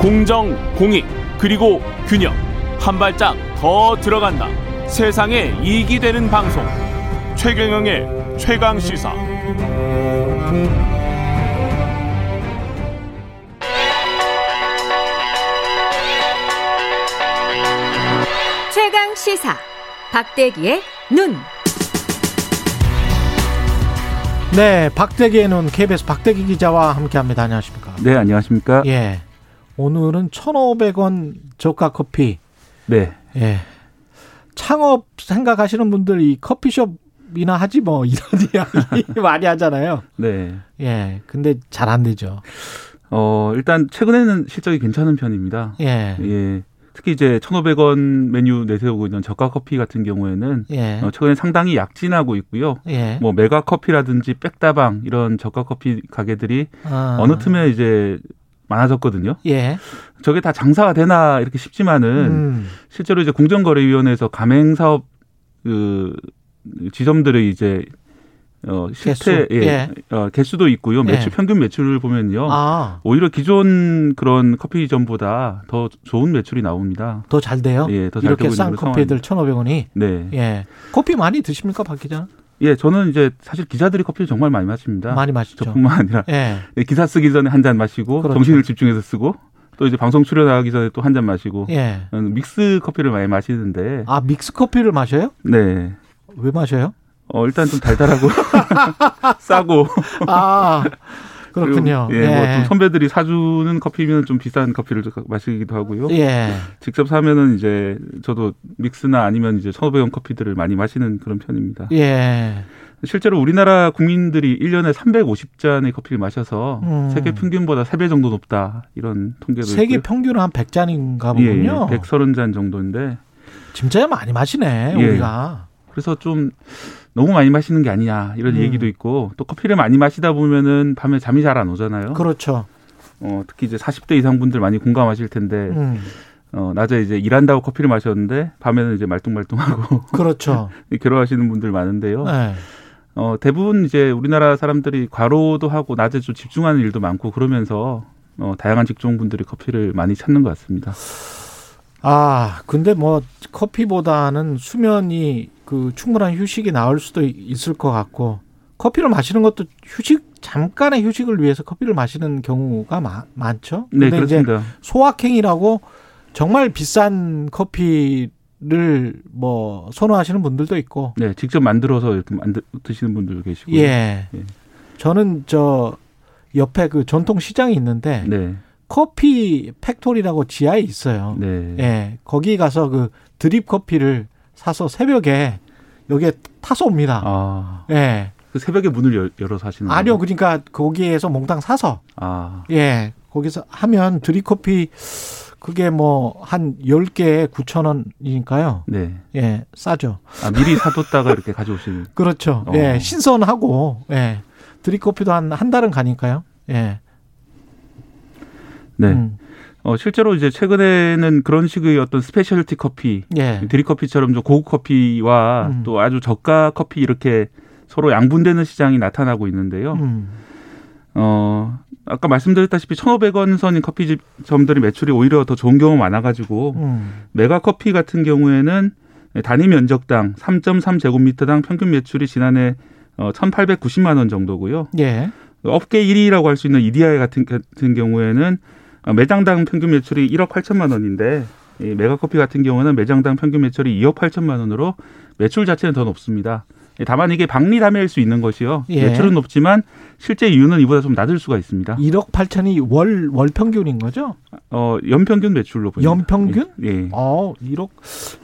공정, 공익, 그리고 균형. 한 발짝 더 들어간다. 세상에 이익이 되는 방송. 최경영의 최강 시사. 최강 시사 박대기의 눈. 네, 박대기의 눈 KBS 박대기 기자와 함께합니다. 안녕하십니까? 네, 안녕하십니까? 예, 오늘은 1,500원 저가 커피. 네. 예, 창업 생각하시는 분들 이 커피숍이나 하지 뭐 이런 이야기 많이 하잖아요. 네. 예, 근데 잘 안 되죠. 어, 일단 최근에는 실적이 괜찮은 편입니다. 예, 예. 특히 이제 1,500원 메뉴 내세우고 있는 저가 커피 같은 경우에는 예, 어, 최근에 상당히 약진하고 있고요. 예. 뭐 메가 커피라든지 백다방 이런 저가 커피 가게들이 아, 어느 틈에 이제 많아졌거든요. 예, 저게 다 장사가 되나 이렇게 싶지만은 음, 실제로 이제 공정거래위원회에서 가맹 사업 그 지점들의 이제 어 실태 개수. 예. 어, 개수도 있고요. 매출 예. 평균 매출을 보면요. 아, 오히려 기존 그런 커피점보다 더 좋은 매출이 나옵니다. 더 잘 돼요. 예, 더잘 어? 이렇게 되고 있는 싼 그런 커피들 1,500원이. 네. 예. 예, 커피 많이 드십니까, 박 기자? 저는 이제 사실 기자들이 커피를 정말 많이 마십니다. 많이 마시죠. 저뿐만 아니라 네, 예, 기사 쓰기 전에 한 잔 마시고 그렇죠. 정신을 집중해서 쓰고 또 이제 방송 출연하기 전에 또 한 잔 마시고 예. 저는 믹스 커피를 많이 마시는데 아 믹스 커피를 마셔요? 네. 왜 마셔요? 어, 일단 좀 달달하고 싸고 아 그렇군요. 그리고, 예, 뭐좀 선배들이 사주는 커피면 좀 비싼 커피를 마시기도 하고요. 예. 직접 사면은 이제 저도 믹스나 아니면 이제 1,500원 커피들을 많이 마시는 그런 편입니다. 예. 실제로 우리나라 국민들이 1년에 350잔의 커피를 마셔서 음. 세계 평균보다 3배 정도 높다. 이런 통계도 세계 있고요. 평균은 한 100잔인가 예, 예, 보군요. 130잔 정도인데 진짜 많이 마시네, 예. 우리가. 그래서 좀 너무 많이 마시는 게 아니냐 이런 음. 얘기도 있고 또 커피를 많이 마시다 보면은 밤에 잠이 잘 안 오잖아요. 그렇죠. 어, 특히 이제 40대 이상 분들 많이 공감하실 텐데 음. 어, 낮에 이제 일한다고 커피를 마셨는데 밤에는 이제 말똥말똥하고 그렇죠. 괴로워하시는 분들 많은데요. 예. 어, 대부분 이제 우리나라 사람들이 과로도 하고 낮에 좀 집중하는 일도 많고 그러면서 어, 다양한 직종 분들이 커피를 많이 찾는 것 같습니다. 아, 근데 뭐 커피보다는 수면이 그 충분한 휴식이 나올 수도 있을 것 같고 커피를 마시는 것도 휴식 잠깐의 휴식을 위해서 커피를 마시는 경우가 많- 많죠. 네, 근데 이제 그렇습니다. 소확행이라고 정말 비싼 커피를 뭐 선호하시는 분들도 있고 네, 직접 만들어서 이렇게 만드, 드시는 분들도 계시고요. 예 예. 저는 저 옆에 그 전통 시장이 있는데 네, 커피 팩토리라고 지하에 있어요 네. 예 거기 가서 그 드립 커피를 사서 새벽에 여기에 타서 옵니다 아, 음. 예 그 새벽에 문을 열, 열어서 하시는 아니요 거예요? 그러니까 거기에서 몽땅 사서 아, 예 거기서 하면 드립 커피 그게 뭐 한 10개에 9,000원이니까요. 네. 예, 싸죠. 아, 미리 사뒀다가 이렇게 가져오시는. 그렇죠. 어. 예, 신선하고, 예. 드립커피도 한, 한 달은 가니까요. 예. 네. 음, 어, 실제로 이제 최근에는 그런 식의 어떤 스페셜티 커피 예. 드립커피처럼 좀 고급 커피와 음. 또 아주 저가 커피 이렇게 서로 양분되는 시장이 나타나고 있는데요. 음, 어, 아까 말씀드렸다시피 1,500원 선인 커피점들이 매출이 오히려 더 좋은 경우가 많아가지고 음, 메가 커피 같은 경우에는 단위 면적당 3.3제곱미터당 평균 매출이 지난해 어, 1,890만 원 정도고요. 예. 업계 1위라고 할 수 있는 EDI 같은, 같은 경우에는 어, 매장당 평균 매출이 1억 8천만 원인데 이 메가커피 같은 경우는 매장당 평균 매출이 2억 8천만 원으로 매출 자체는 더 높습니다. 예, 다만 이게 박리담회일 수 있는 것이요. 예. 매출은 높지만 실제 이유는 이보다 좀 낮을 수가 있습니다. 1억 8천이 월, 월 평균인 거죠? 어, 연평균 매출로 보입니다. 연평균? 예. 예. 어, 1억,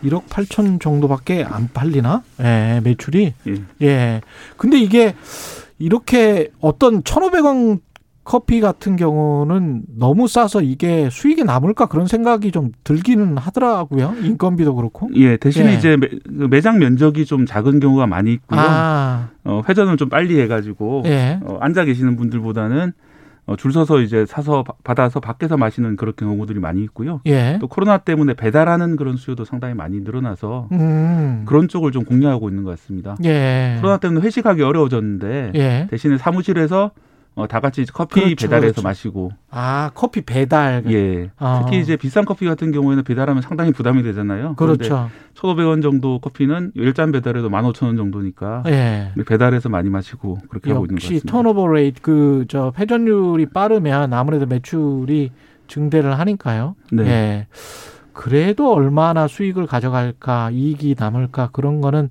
1억 8천 정도밖에 안 팔리나? 예, 매출이. 예. 예. 근데 이게 이렇게 어떤 1,500원 커피 같은 경우는 너무 싸서 이게 수익이 남을까 그런 생각이 좀 들기는 하더라고요. 인건비도 그렇고. 예, 대신에 예. 이제 매, 그 매장 면적이 좀 작은 경우가 많이 있고요. 아, 어, 회전을 좀 빨리 해가지고 예. 어, 앉아 계시는 분들보다는 어, 줄 서서 이제 사서 바- 받아서 밖에서 마시는 그런 경우들이 많이 있고요. 예. 또 코로나 때문에 배달하는 그런 수요도 상당히 많이 늘어나서 음. 그런 쪽을 좀 공략하고 있는 것 같습니다. 예. 코로나 때문에 회식하기 어려워졌는데 예. 대신에 사무실에서 어, 다 같이 이제 커피 그렇죠, 배달해서 그렇죠. 마시고 아 커피 배달. 예 아. 특히 이제 비싼 커피 같은 경우에는 배달하면 상당히 부담이 되잖아요. 그런데 그렇죠. 1,500원 정도 커피는 열 잔 배달해도 15,000원 정도니까 예. 배달해서 많이 마시고 그렇게 하고 있는 것 역시 같습니다. 턴오버 레이트 그저 회전율이 빠르면 아무래도 매출이 증대를 하니까요. 네. 예. 그래도 얼마나 수익을 가져갈까, 이익이 남을까 그런 거는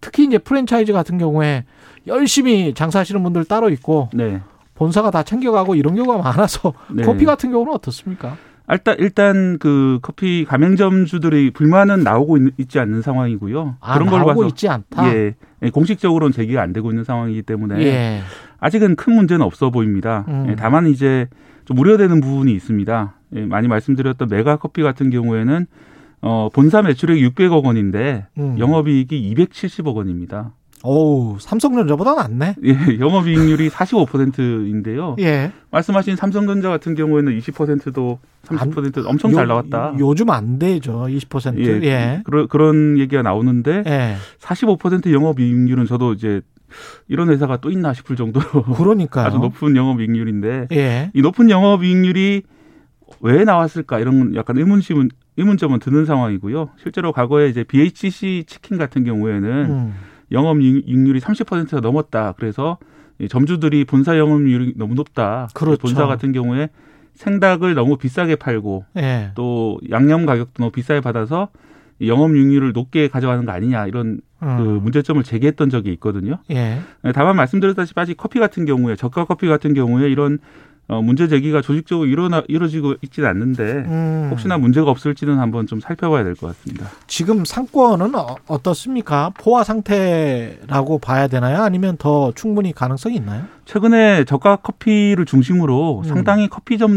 특히 이제 프랜차이즈 같은 경우에 열심히 장사하시는 분들 따로 있고 네. 본사가 다 챙겨가고 이런 경우가 많아서 네. 커피 같은 경우는 어떻습니까? 일단 일단 그 커피 가맹점주들의 불만은 나오고 있, 지 않는 상황이고요. 아, 나오고 있지 않다. 예, 네. 예, 공식적으로는 제기가 안 되고 있는 상황이기 때문에 예. 아직은 큰 문제는 없어 보입니다. 음. 예, 다만 이제 좀 우려되는 부분이 있습니다. 예, 많이 말씀드렸던 메가 커피 같은 경우에는 어, 본사 매출액이 600억 원인데 음. 영업이익이 270억 원입니다. 어우, 삼성전자보다 낫네. 예, 영업이익률이 45%인데요. 예. 말씀하신 삼성전자 같은 경우에는 20%도 30%도 엄청 요- 잘 나왔다. 요즘 안 되죠. 20%. 예. 예. 그러, 그런 얘기가 나오는데 예. 45% 영업이익률은 저도 이제 이런 회사가 또 있나 싶을 정도로 그러니까요. 아주 높은 영업이익률인데 예. 이 높은 영업이익률이 왜 나왔을까 이런 약간 의문심은 의문점은 드는 상황이고요. 실제로 과거에 이제 BHC 치킨 같은 경우에는 음. 영업이익률이 30%가 넘었다. 그래서 이 점주들이 본사 영업이익률이 너무 높다. 그렇죠. 본사 같은 경우에 생닭을 너무 비싸게 팔고 예. 또 양념 가격도 너무 비싸게 받아서 이 영업이익률을 높게 가져가는 거 아니냐 이런 그 음. 문제점을 제기했던 적이 있거든요. 네, 예. 다만 말씀드렸다시피 아직 커피 같은 경우에 저가 커피 같은 경우에 이런 어, 문제 제기가 조직적으로 일어나 이루어지고 있지는 않는데 음. 혹시나 문제가 없을지는 한번 좀 살펴봐야 될 것 같습니다. 지금 상권은 어, 어떻습니까? 포화 상태라고 봐야 되나요? 아니면 더 충분히 가능성이 있나요? 최근에 저가 커피를 중심으로 음. 상당히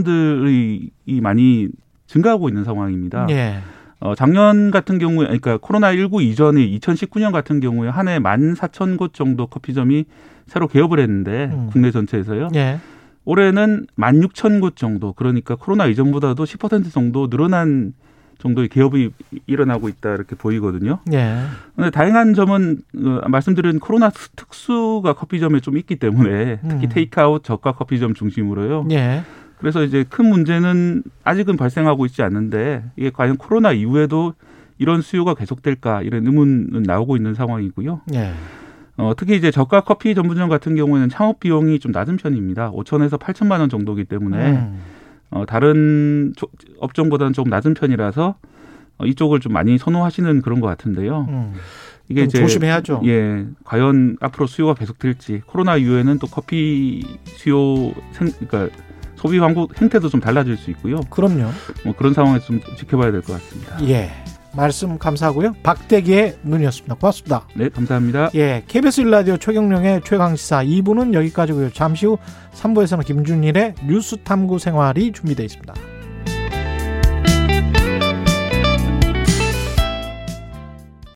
커피점들이 이 많이 증가하고 있는 상황입니다. 예. 어, 작년 같은 경우에, 그러니까 코로나19 이전에 2019년 같은 경우에 한 해 14,000곳 정도 커피점이 새로 개업을 했는데, 음. 국내 전체에서요. 예. 올해는 16,000곳 정도, 그러니까 코로나 이전보다도 10% 정도 늘어난 정도의 개업이 일어나고 있다, 이렇게 보이거든요. 예. 근데 다행한 점은 어, 말씀드린 코로나 스- 특수가 커피점에 좀 있기 때문에 특히 음. 테이크아웃 저가 커피점 중심으로요. 예. 그래서 이제 큰 문제는 아직은 발생하고 있지 않는데 이게 과연 코로나 이후에도 이런 수요가 계속될까 이런 의문은 나오고 있는 상황이고요. 예. 어, 특히 이제 저가 커피 전문점 같은 경우에는 창업 비용이 좀 낮은 편입니다. 5천에서 8천만 원 정도기 때문에 음. 어, 다른 조- 업종보다는 조금 낮은 편이라서 어, 이쪽을 좀 많이 선호하시는 그런 것 같은데요. 음. 이게 좀 이제 조심해야죠. 예, 과연 앞으로 수요가 계속될지 코로나 이후에는 또 커피 수요 생, 그러니까 소비 방법 행태도 좀 달라질 수 있고요. 그럼요. 뭐 그런 상황에서 좀 지켜봐야 될 것 같습니다. 예. 말씀 감사하고요. 박대기의 눈이었습니다. 고맙습니다. 네, 감사합니다. 예, KBS 일라디오 최경령의 최강시사 2부는 여기까지고요. 잠시 후 3부에서는 김준일의 뉴스탐구 생활이 준비되어 있습니다.